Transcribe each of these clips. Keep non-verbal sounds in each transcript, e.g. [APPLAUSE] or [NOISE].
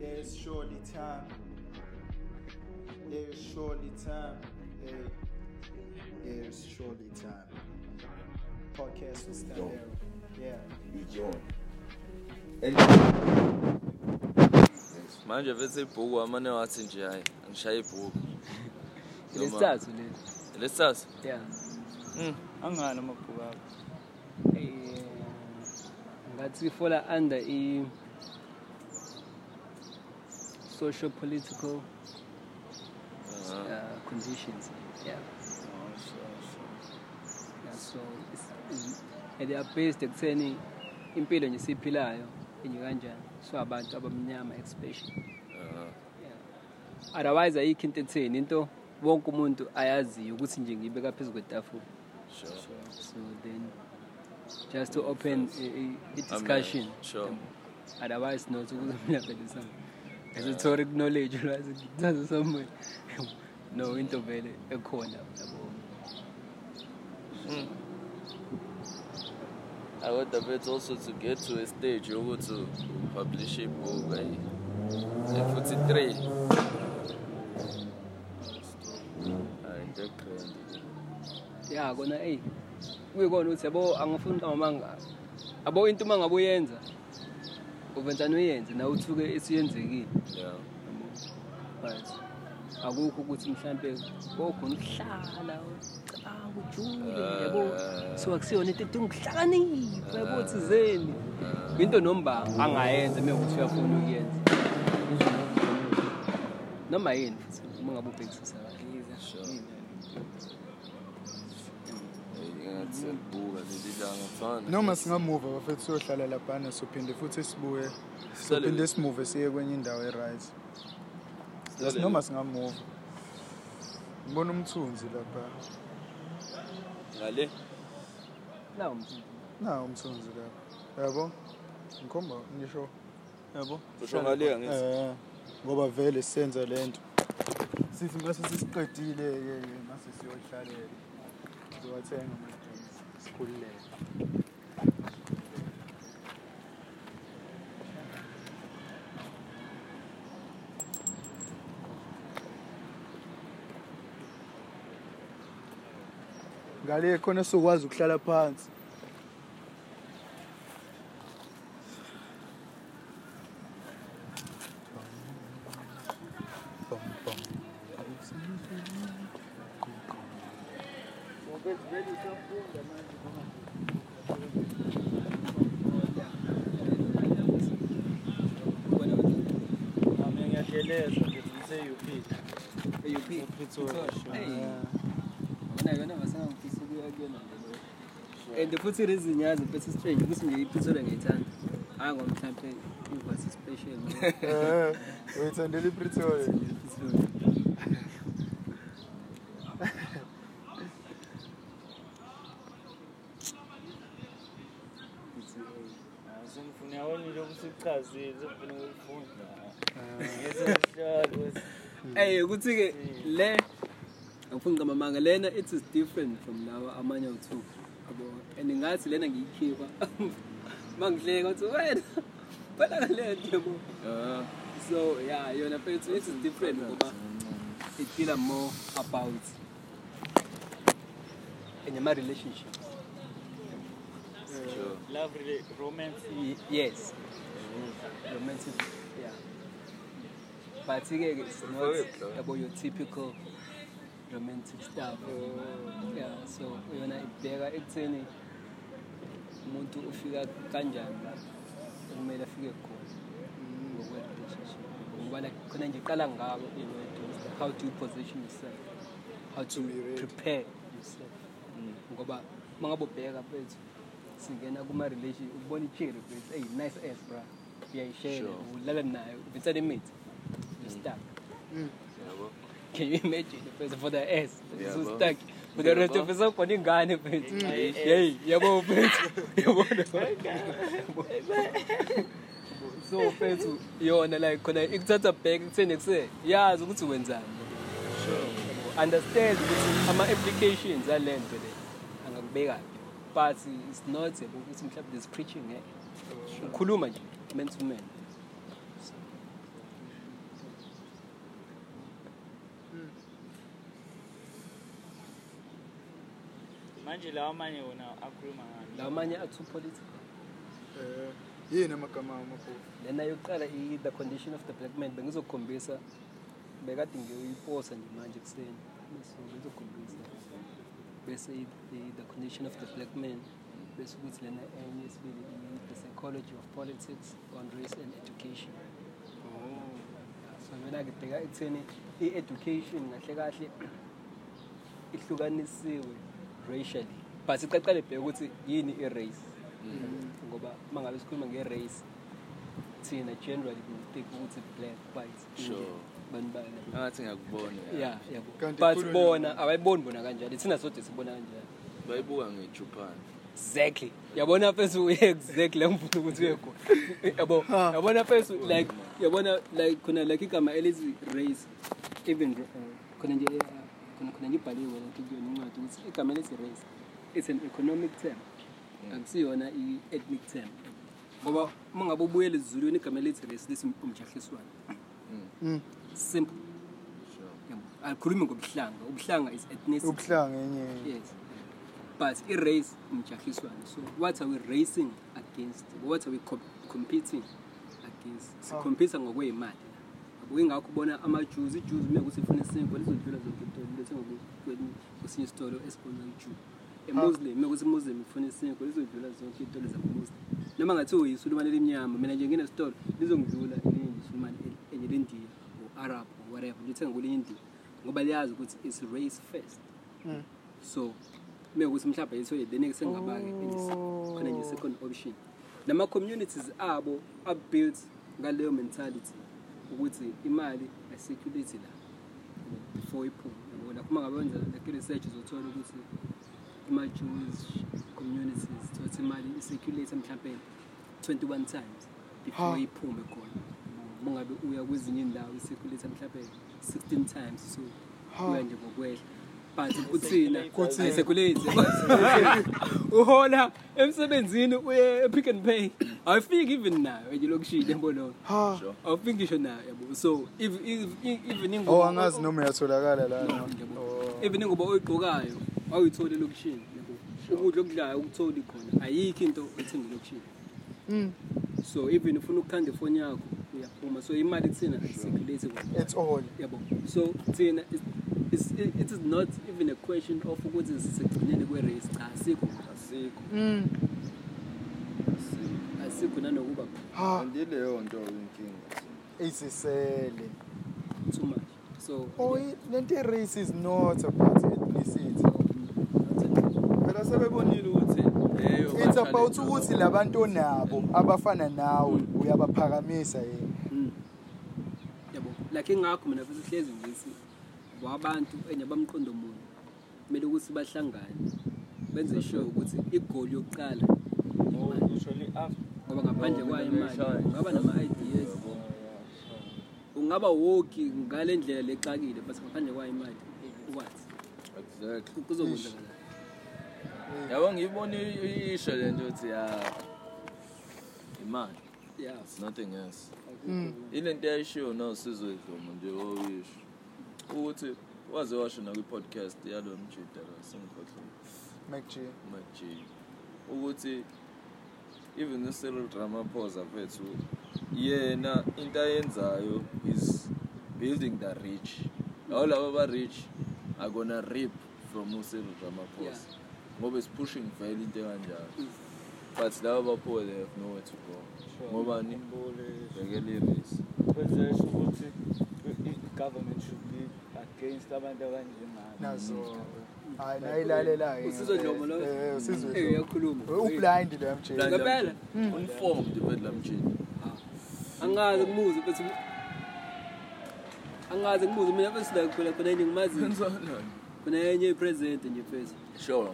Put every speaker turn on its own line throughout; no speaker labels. There is surely time. There is surely time. Hey. There is surely time. Podcast with
Yo.
Standero. Yeah.
be joined. Anyway,
manje vese ibhuku amane wathi nje hayi angishaye [LAUGHS] ibhuku
lesithathu leli
lesithathu
ya
Angani amabhuku akho?
Eh, ngathi fola under i social political uh, conditions yeah
Oh, sure, sure.
Yeah, so it's- it's- and they are based ekutheni impilo nje siyiphilayo inje kanjani siwabantu abamnyama especially yeah. otherwise ayikho into etheni into wonke umuntu ayaziyo ukuthi nje ngiyibeka phezu kwetafula so then just to open i- i- i-discussion
sure.
Um, otherwise not [LAUGHS] ukuthi mina vele sam ngasethoric knowledge ulwazi ngithatha somewhere no into vele ekhona yabo
i want the bet also to get to a stage yokuthi upublish ibhuku ayi Eh, futhi three Hayi, into egrand
ya kona eyi kuyikona ukuthi yabo angifuni into ngamanga abo into uma ngabe uyenza uvenzani uyenze nawe uthuke esiyenzekile
yeah
but akukho ukuthi mhlampe kokhona ukuhlala ucabanga ujule yabo so akusiyona into edinga ukuhlakanipha yabo thizeni into nombango angayenza uma ukuthi uyafuna ukuyenza noma yini futhi uma ngabe ubhekisisa kahle
ngathi ibhuka leli langa fana
noma singamuva bafethu siyohlala laphana sophinde futhi sibuye
Sihlale
sophinde
le-
simuve siye kwenye indawo e-right just
Sihlale
noma
le-
singamuva ngibona umthunzi lapha
ngale
nawo mfuthu
nawo umthunzi lapha yabo ngikhomba ngisho yabo
usho ngale angithi
Eh, ngoba vele senza lento sithi mase sisiqedile-ke mase siyohlalela sizowathenga amadrinks sikhululeke ngale khona sizokwazi ukuhlala phansi mina ngiyageleza futhi ngise-up ePretoria.
Hey.
Eh.
and futhi ireason yazi impetha strange ukuthi nje ipitsola ngiyithanda hayi ngoba mhlampe ivasi special
Eh, uyithandela ipretoria
Ngifuna yabona nje ukuthi uchazile ngifuna ukufunda. Ah. Ngizohlala
ey ukuthi-ke le angifuni ngamamanga lena it is different from lawa amanye awu-two yabo and ngathi lena [LAUGHS] ngiyikhipha uma ngihleka kuthi wena balakalento yabo
Ah,
So yeah, you're a parent. It is different, Kuba. It feel more about in my relationship.
sure
love rela- romance
Y- yes. Romantic. Yeah. But again, it's not
Very
about your typical romantic stuff. Yeah. So you're not bigger. It's any. umuntu ufika kanjani la kumele afike khona ngokwe-relationship ngoba like khona nje iqala ngabo i-relationship. how do you position yourself how to prepare yourself ngoba uma ngabe ubheka bethu singena kuma-relation ubona ichiri bethu eyi nice ass bra uyayishela
Sure.
ulala nayo uvitsana imithi you're stuck
yabo
Can you imagine first for the ass?
Yeah,
Yeah, so
bro.
stuck. For the
Yeah,
rest
bro.
of us up on ingane mfethu. Hey, yabo
[LAUGHS]
mfethu. Yabona. So mfethu yona like khona ikuthatha back kutheni kuse. Yazi ukuthi wenzani. Sure. Understand ukuthi ama applications alento le angakubeka. But it's not yabo ukuthi mhlawumbe this preaching eh. Ukhuluma nje man to man.
manje lawa manye wona akhuluma ngani
lawa manye atoo political
Eh, yini amagama amaphupho
lena yokuqala i-the condition of the black man bengizokhombisa bekade ngiyoyiposa nje manje ekuseni bese ngizokhombisa bese i- i- the condition of the black man bese ukuthi lena enye esibili i- the psychology of politics on race and education
Oh.
so mina ngibheka ekutheni i-education kahle kahle ihlukanisiwe racially but siqaqale bheka ukuthi yini i-race ngoba uma ngabe sikhuluma nge-race thina generally mistake ukuthi black white
Sure.
bantu bana
angathi ngiyakubona ya.
yeah yabo
Kanti
but
ikhulu
bona abayiboni bona kanjani thina sodwa sibona kanjani
bayibuka ngejupane
exactly yabona first uye exactly la ngifuna ukuthi uye khona yabo yabona first like yabona like khona like igama elithi race even uh, khona nje uh, khona khona nje ibhaliwe like kuyona incwadi ukuthi igama elithi race it's an economic term akusiyona i-ethnic term ngoba uma ngabe ubuyele esizulwini igama elithi race lesi umjahliswane simple yabo alikhulumi ngobuhlanga ubuhlanga is ethnicity
ubuhlanga enye
yes but i-race umjahiswane so what are we racing against what are we co competing against sikhompitha ngokwey'mali kuyingakho ubona ama-jews i-jews uma ukuthi ifuna isimpo lizodlula zonke itolo lethengwa kwesinye isitolo esibonwa i-jew emuslim uma ukuthi imuslim ifuna isimpo lizodlula zonke itolo zabamuslim noma ngathiwa uyisulumane elimnyama mina nje nginesitolo lizongidlula elinye isulumane enye lendiya or-arab or whatever lithenga kwelinye indiya ngoba liyazi ukuthi it's race first so mekuthi mhlawumbe yithole then sengingabake khona nje second option nama-communities abo abuilt ngaleyo mentality ukuthi imali ayisecurity la yabo, before iphume yabo lakho uma ngabe wenza like research uzothola ukuthi ama-jewish communities thola ukuthi imali isecurity mhlawumbe 21 times before iphume khona uma ngabe uya kwezinye indawo isecurity mhlawumbe 16 times so uya nje ngokwehla but kuthina ayisekulate [LAUGHS] uhola emsebenzini uye epick and pay awufiki even nayo nje lokishini yabonona
ha
awufiki ngisho nayo yabo so if- if- if- even
oh
ingubo-
angazi noma uyatholakala la Oh.
No, yabo. even ingubo oyigqokayo awuyitholi elokishini yabo. ukudla okudlayo ukutholi khona ayikho into ethenga elokishini so even ufuna ukukhanda ifoni yakho uyaphuma so imali kuthina ayisekulate kona
it's all
yabo so thina it- it's- it it is not even a question of ukuthi sisekugcineni kwe-race cha asikho
asikho
asikho nanokuba
ha
andileyo nto inkinga
isisele
too much so
oh lento race is not about ethnicity
phela sebebonile ukuthi
leyo
it's
ma-talent
about ukuthi labantu onabo abafana nawe uyabaphakamisa yini
Mm. yabo like ingakho mina futhi hlezi ngithi wabantu enye bamqondo munye kumele ukuthi bahlangane benze sure ukuthi igoli yokuqala imali.
usholi after
ngoba ngaphandle kwayo imali
ngiyayishaya.
ungaba nama-ideas ungaba woki ngale ndlela lexakile but ngaphandle kwayo imali what
exactly
kuzokwenzakala
yabo ngiyibona i- isho le nto ukuthi ya imali
yeah
it's nothing else
Mm.
ile nto yayishiwo nawusizwe idlomo nje owayisho ukuthi waze washo nakwi-podcast yalo mjida la sengikhohlele
mcg
majini ukuthi even uCyril Ramaphosa vethu yena into ayenzayo is building the rich lawo laba ba-rich are gonna rip from uCyril Ramaphosa ngoba is pushing vele into ekanjalo but laba bapoor they have nowhere to go ngobani bekele irisi
kwezesho ukuthi i-government should be against abantu abanjemali
nazo hayi nayilalela-ke
Usizwe Dlomo lo? Eh, uyakhuluma.
ublind lo mj
Ngempela?
unformed bedla mjini [LAUGHS]
angazi ngibuze futhi angazi ngibuze mina futhi la khona khona yini ngimazi khona yenye i-president nje first
sure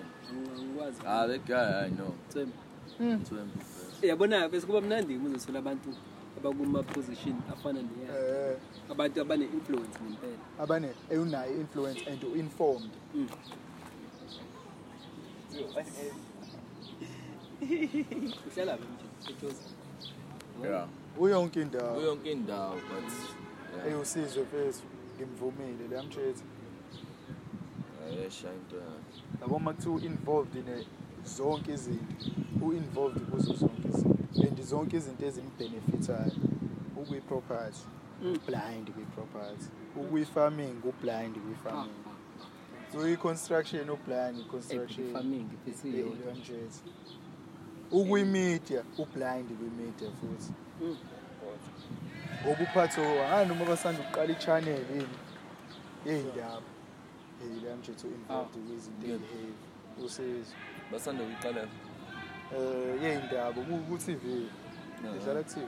angikwazi
ah that guy i know
Themba.
Themba, bro.
yabona bese kuba mnandi muzothola abantu abakuma position afana neya
eh
abantu abane influence ngempela
abane unayo influence and uinformed
uhlala phi nje eJozi? [LAUGHS]
yeah
uyonke indawo
kuyonke indawo but yeah.
eyusizwe fethu ngimvumile la mtshethi
I yesha into yakhe
yabo uma kuthiwa u-involved in a- zonke izinto u-involved kuzo zonke izinto and zonke izinto ezimbhenefithayo ukwi-property
Mm.
blind kwi-property ukwi-farming u-blind kwi-farming so i-construction u-blind i-construction
farming phesiyo
yonjethi ukwi-media u-blind kwi-media futhi
Mm.
ngoba uphatho ah noma basanda ukuqala i-channel yini yey'ndaba yeyi lamjethi u-involved kwizinto
Yebo.
eyi-heavy usizo
basanda kuyiqala
eh yeyindaba ku ku TV
No.
idlala ku TV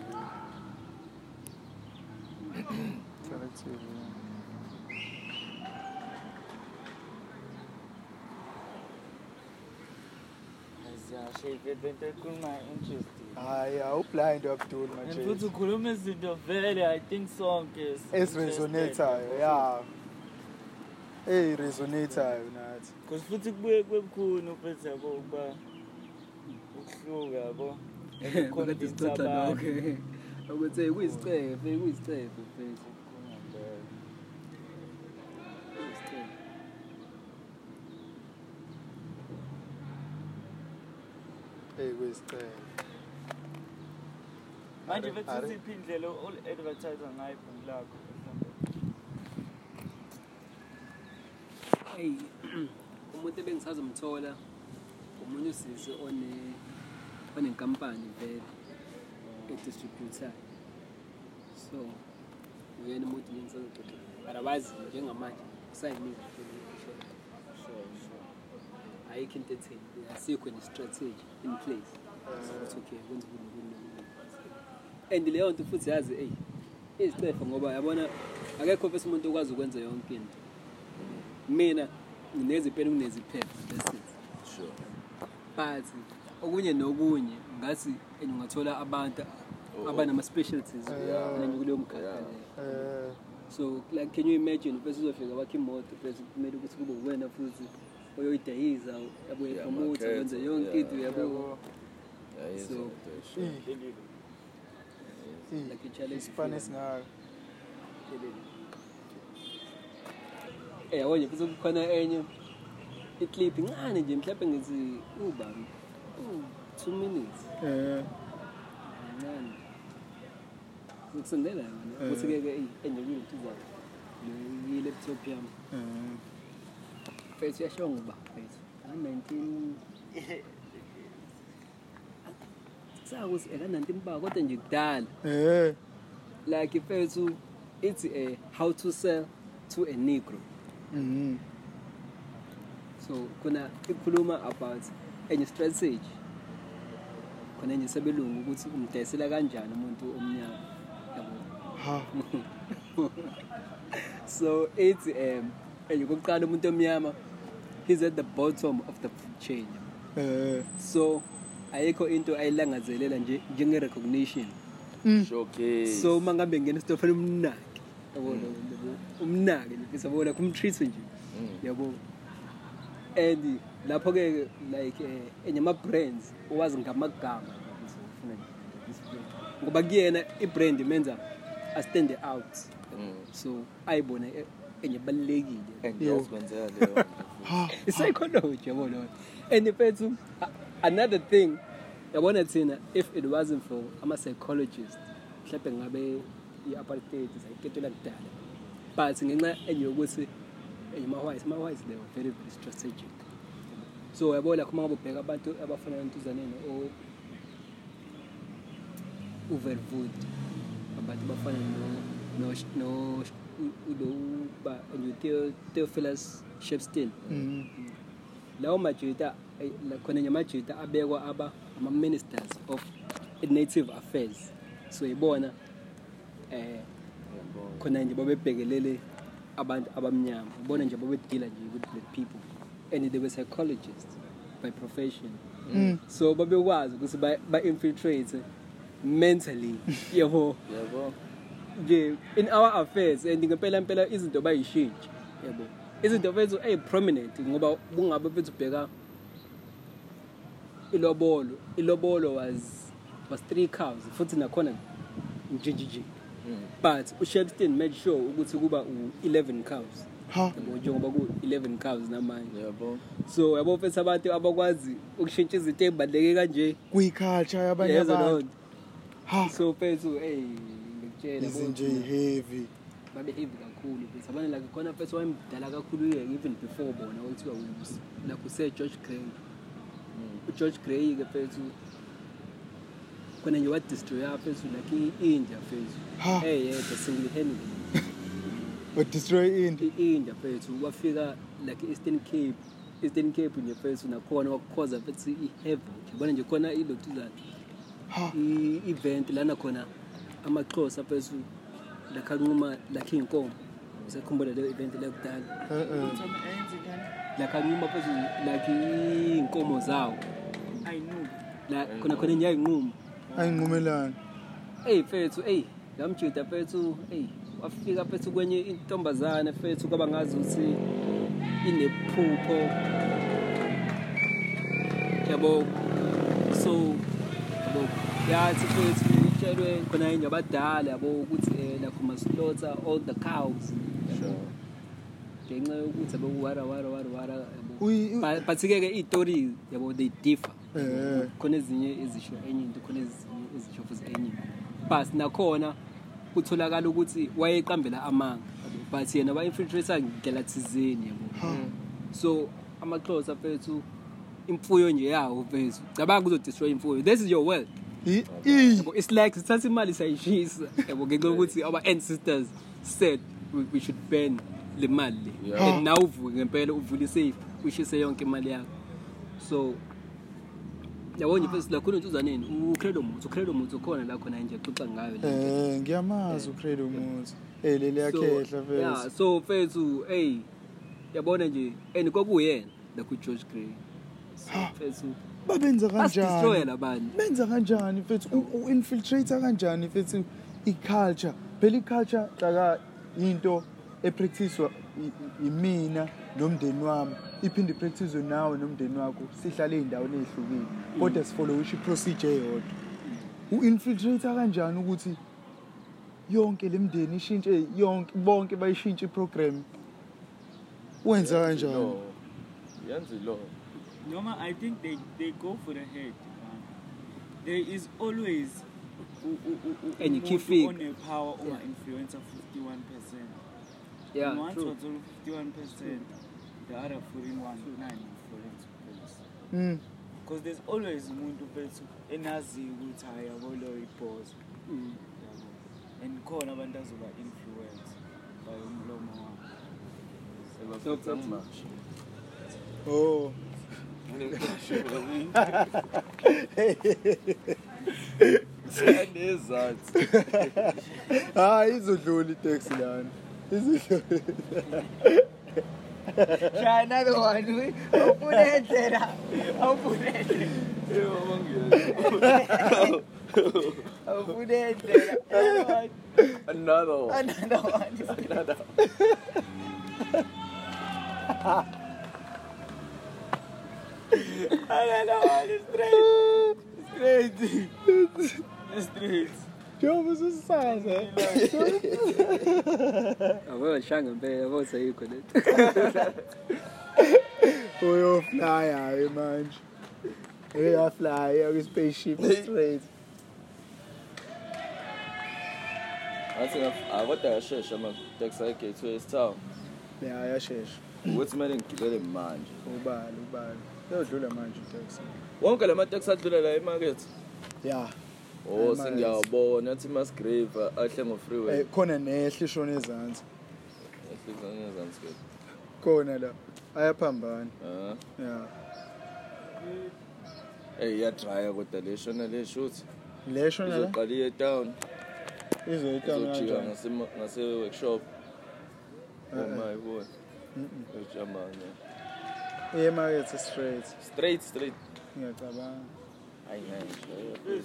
idlala ku TV
aziyashayivele into ekhulumayo interesting
hayi awublind Abdul
and
manje
futhi ukhuluma izinto vele i think sonke
esiresonateayo ya eh resonateayo nathi
because futhi kubuye kube bukhuni uphethe yabo ukuba ukuhluka yabo [LAUGHS] and
kodwa
uconvince
sicotha
abantu.
lokho [LAUGHS] ukuthi kuyisicebe fe kuyisicebe fe
eh kwesicelo
manje
Are-
bethu
are-
siphi indlela ol-advertise ngayo ibhanki lakho mhlawumbe
hey mm, umuntu ebengisazomthola umunye usisi one onenkampani vele edistributor so uyena umuntu ngisazoxoxa otherwise njengamanje kusayimile ayikho into etheni asikho ne-strategy in place ukuthi okay kwenza kuni kuni nokuni. and leyo nto futhi yazi eyi izicefa ngoba yabona akekho fesi umuntu okwazi ukwenza yonke into mina nginezipeni kuneziphepha that's it
sure
but okunye nokunye ngathi and ungathola abantu
Oh, oh.
abanama-specialties
Yeah.
lena kuleyo mkhakha
Yeah.
leyo
eh
so like can you imagine bese uzofika bakhe imoto bese kumele ukuthi kube uwena futhi oyoyidayiza yabo
Yeah,
yapromota
market,
wenze yonke into
yeah.
yabo
yayenza
So,
into sure
i-
Lelilo.
i-
Like i-challenge
isifana
film.
esingaka
Eh yabo nje futhi kukhona enye i-clip incane nje mhlawumbe ngithi uba u- two minutes
eh
incane ukusendela yona ukuthi-ke ke enje kuyinto zayo yi-laptop yami
eh
fethu uyashiwo ngoba fethu nga-nineteen sakuthi eka-nineteen ba kodwa nje kudala
eh
like fethu ithi um how to sell to a negro
mhm
so khona ikhuluma about enye strategy khona nje sebelungu ukuthi umdayisela kanjani umuntu omnyama yabo
ha
[LAUGHS] so ithi um enye kokuqala umuntu omnyama he's at the bottom of the food chain
eh
so ayikho into ayilangazelela nje njenge-recognition
showcase
so uma ngabe ngena esitofeni umnake yabo umnake yabo like umtreat-e nje yabo and lapho-ke like eh, enye ama-brands owazi ngamagama ukuthi ufuna this brand. ngoba kuyena i-brand imenza astande out so ayibone e- enye ebalulekile
and yes kwenzeka leyo nto.
i-psychology yabo leyo and fethu a- another thing yabona thina if it wasn't for ama-psychologist mhlawumbe ngabe i-apartheid zayiketela kudala but ngenxa enye yokuthi enye ama-wise ama-wise they were very very strategic so yabo lakho uma ngabe ubheka abantu abafana entuzaneni o uverwood abantu abafana no- no- no- u- lo ba- nje uTheo- theophilus shepstein
mhm
lawo majuda eh, la- khona nje amajuda abekwa aba ama-ministers of native affairs so yibona eh khona nje babebhekelele abantu abamnyama ibona nje babedila nje with black people and they were psychologists by profession
Mm.
so babekwazi ukuthi ba- ba-infiltrate mentally [LAUGHS] yabo
yabo
nje in our affairs and ngempela mpela izinto bayishintshi yabo izinto fethu eyi-prominent ngoba kungabe fethu ubheka ilobolo ilobolo was was three cows futhi nakhona njinjinje but ushepstein made sure ukuthi kuba u-eleven cows
ha
yabo njengoba ku-eleven cows namanje
yabo
so yabo mfethu abantu abakwazi ukushintsha izinto ey'baluleke kanje
kwi-culture yabanye
yezo
abantu
lonto
ha
so mfethu eyi ngikutshela
izinje
bo,
heavy
babe-heavy kakhulu mfethu abanye like khona mfethu wayemdala kakhulu-ke even before bona okuthiwa ubusi like use-george gray ugeorge gray-ke mfethu khona nje wadistroya mfethu like i-india mfethu
Ha.
eyedwa single-handed
badestroy into
i-india fethu kwafika like eastern cape eastern cape nje fethu nakhona kwakukhoza fethu i-heaven yabona nje khona ilotuzana
ha
i-event lana khona amaxhosa fethu lakhe anquma lakhe iy'nkomo usakhumbula leyo event lakudala
eh, eh.
lakhe anquma fethu lakhe iy'nkomo zawo La- khona khona nje ayinquma
ayinqumelani
eyi fethu eyi ngamjida fethu eyi wafika fethu kwenye intombazane fethu kwaba ngazi ukuthi inephupho yabo so yabo yathi fethu itshelwe khona yinye abadala yabo ukuthi um lakho masilota all the cows ngenxa yokuthi yabo wara wara wara wara yabo
Uyi- u-
But- but-ke iy'tori yabo they differ
eh
khona ezinye ezisho enye into khona ezinye ezisho futhi enye into. but nakhona kutholakala ukuthi wayeqambela amanga but yena wa-infiltrata ngela thizeni yabo Eh,
ha
so amaxhosa fethu imfuyo nje yawo fethu cabanga uzodestroy imfuyo this is your world
I- i-
yabo it's like sithatha imali sayishisa yabo ngenxa yokuthi our ancestors said we, we should burn le mali le
Yeah.
and now uvuke ngempela uvule isafe ushise yonke imali yakho so yabo nje fesi lakhona ntuzaneni ucredo muthi ucredo muthi ukhona la khona nje xuxa ngayo le nto.
eh ngiyamazi ucredo umuthi eh leli yakhehla
so, yeah,
vele
so fethu eyi yabona nje and kwakuyena lakho ugeorge gray so fethu
babenza Ah, kanjani
basidestroyela abantu
benza kanjani mfethu U- u-infiltrate kanjani mfethu i-culture phela i-culture taka into epractice-wa i- i- imina nomndeni wami iphinde ipractice-we nawe nomndeni wakho sihlale ey'ndaweni ey'hlukile kodwa sifollowisha i-procedure eyodwa u-infiltrate kanjani ukuthi yonke le mndeni ishintshe yonke bonke bayishintshe i-program wenza kanjani
yenza iloo
Noma, I think they, they go for the head. man. There is always u- u- u- u-
And you keep
umuntu
fit.
onepower uma
Yeah.
influencer 51 percent.
yeah,
Once
true.
was only 51 percent, the other 41 nine will fall into place.
Mm,
Because there's always umuntu bethu enaziyo ukuthi hayi akoloyo ibhozo.
Mm.
yabo. And khona abantu azoba influence by umlomo wabo.
ebafitha [LAUGHS] manje
oh
[LAUGHS]
sanezathu
hhayi izodlula iteksi lana izodlula
[LAUGHS] Try another one. Awufune endlela. Awufune endlela. Awufune endlela. Another one.
another one
Another one. Another one. Straight. Straight. Straight.
Njengoba ususaza.
Yabo, shanga impela yabo sayikho le nto.
Oh, Uyoflya-ke manje. Uyaflya kwi-spaceship straight.
athi akodwa yashesha amateksi ayegateway estown
Ya yashesha.
ukuthi kumele ngigibele manje
Ubali, ubali. Uyodlula manje iteksi.
wonke la mateksi adlula la emakethe
Ya,
o Oh,
Emakethe.
sengiyawabona athi masgrave ahle
eh
ngo-freeway
khona nehle ishona ezantsi.
ehlizangezansi ke
Khona la. Ayaphambana.
Ah.
Ya.
Eh iyadraya kodwa le shona le shuthi
Le shona la
izoqala iye town
izoyitama
izojika
kanjani?
ngase- ngase-workshop Oh
Eh, eh.
omayi boy
Mm-mm.
ejamane
Iye emakethe straight.
straight straight
Ngiyacabanga.
ayinanje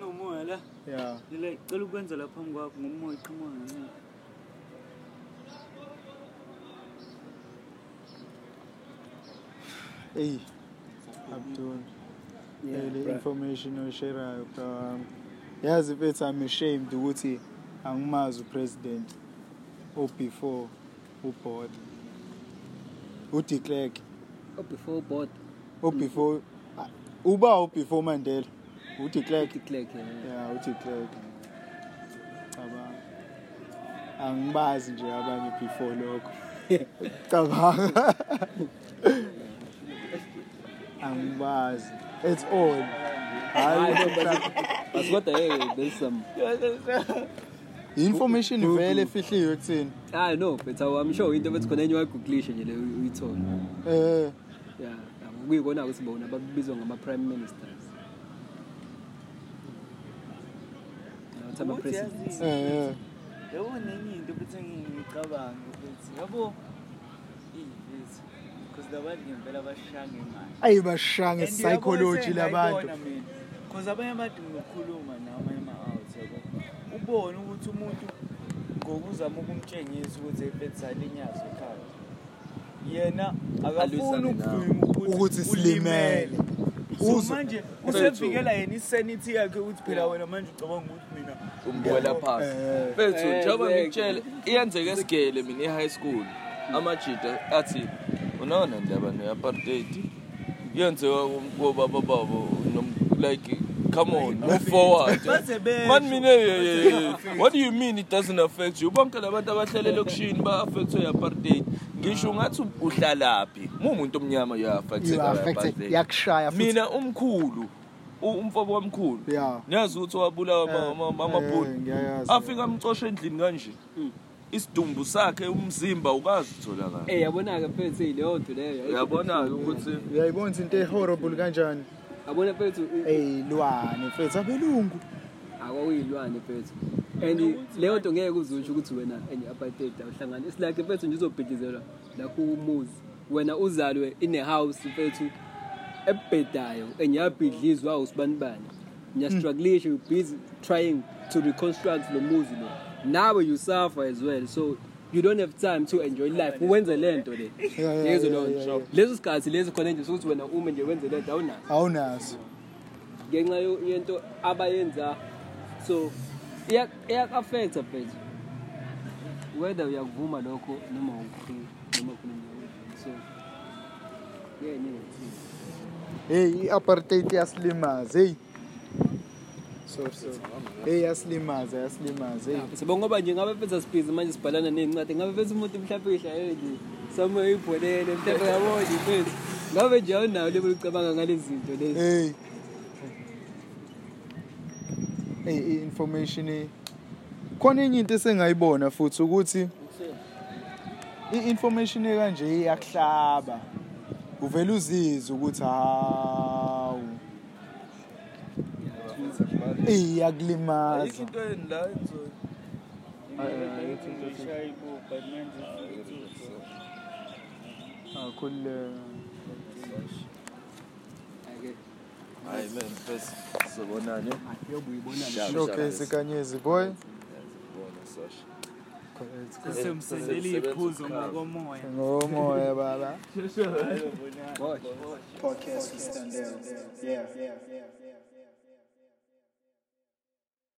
No moya la.
Ya.
Lila icela ukwenza la phambi kwakho ngomoya iqhamuka ngenceba.
Ey. Abdul.
Yeah,
le
bruh.
information oyisherayo um, yazi mfethu i'm ashamed ukuthi angimazi upresident obefore ubhod udeclerk
Oh, before board
obefore
Mm-hmm.
ah, uba ubefore mandela udeclerk
declerk yena
ya udeclerk cabanga angibazi nje abanye before [LAUGHS] lokho cabanga angibazi at all hayi
Ah, But kodwa hey eh, there's some
information vele efihliwe ekutheni
ah no but I'm sure into bethi khona enye wayigooglisha nje leyo uyithola
eh
ya yabo, kuyikona ukuthi bona babizwa ngama-prime ministers Nokuthi
Ukuthi
ama-president.
yazi,
eh
yabo nenye into futhi engiyicabanga ukuthi yabo iy'fethu because labantu ngempela bashange manje
ayibashange
And uyabo
psychology labantu
esengayibona mina, cause abanye abantu ngikhuluma nawo amanye ama-out yabo ubone ukuthi umuntu ngokuzama ukumtshengisa ukuthi efethsale inyazo ekhaya yena akafuni
Alwisane nawo.
ukuduma
Ukuthi silimele.
so
Uzo-
manje
Fethu.
usevikela yena isanity yakhe ukuthi phela wena manje ucabanga ukuthi mina
umbola phansi
Eh.
fethu
Eh,
njengoba
exactly.
ngikutshele iyenzeka esigele mina e-high school amajida athi unawona ndaba ne-apartheid kuyenzeka kobaba babo nom- like come on move forward
[LAUGHS]
Baze besho.
mani mina eh, eh, eh, what do you mean it doesn't affect you bonke labantu abahlala elokishini ba-affectwe yi-apartheid ngisho ungathi uhlalaphi muumuntu omnyama
you are affected
you-affected
yakushaya futhi
mina umkhulu u- umfoko wamkhulu
yeah
niyazi ukuthi wabulawa ama- ama- amabhunu
Eh, ngiyayazi
afika amcosha endlini kanje isidumbu sakhe umzimba ukazi utholakala
Eh, yabona-ke mfethu eh, leyo nto leyo
uyabona-ke ukuthi
uyayibona into e-horrible kanjani
yabona mfethu i-
eyilwane fethu abelungu
akwakuyilwane mfethu and leyo nto ngeke uzusho ukuthi wena and apartheid awuhlangane isilakhe mfethu nje uzobhidlizelwa lakho umuzi wena uzalwe inehouse mfethu ebhedayo and yabhidlizwa awusibanibani niyastrugglisha you busy trying to reconstruct lo muzi lo nawe you suffer as well so you don't have time to enjoy life uwenze le nto le
Yeah, yeah,
yezo
yeah,
leyo
yeah, yeah.
nto leso sikhathi lesi khona nje sokuthi wena ume nje wenze le nto awunaso
awunazo
ngenxa yo- yento abayenza so iyaku-affecta phethu whether uyakuvuma lokho noma awukufuni noma khona ngiyakuvuma so yeningathi
heyi i-apartheid yasilimaza heyi so so heyi yasilimaza yasilimaza heyi
sebo ngoba nje ngabe phethu asibhizi manje sibhalana ney'ncwadi ngabe phethu umuntu mhlawumpe uyishayele nje somewhere ibholele mhlawumpe yabonje phethu ngabe nje awunayo lebe lucabanga ngalezi zinto lezi
heyi eyi i-information eh. khona enye into esengayibona futhi ukuthi i-information ekanje iyakuhlaba uvele uzize ukuthi hawu iyakulimaza
into enila enzoyo
ngishaya ibuba but manje futhi
akhululeka
Ake,
hayi man first sobonane
ake uyibona le.
Shaka,
showcase
shaka.
kanyezi boy
Siyazibona, Sasha.
sesemsendele iy'phuzo ngokomoya
ngomoya baba
Watch.
podcast with Standard. Yeah. yeah.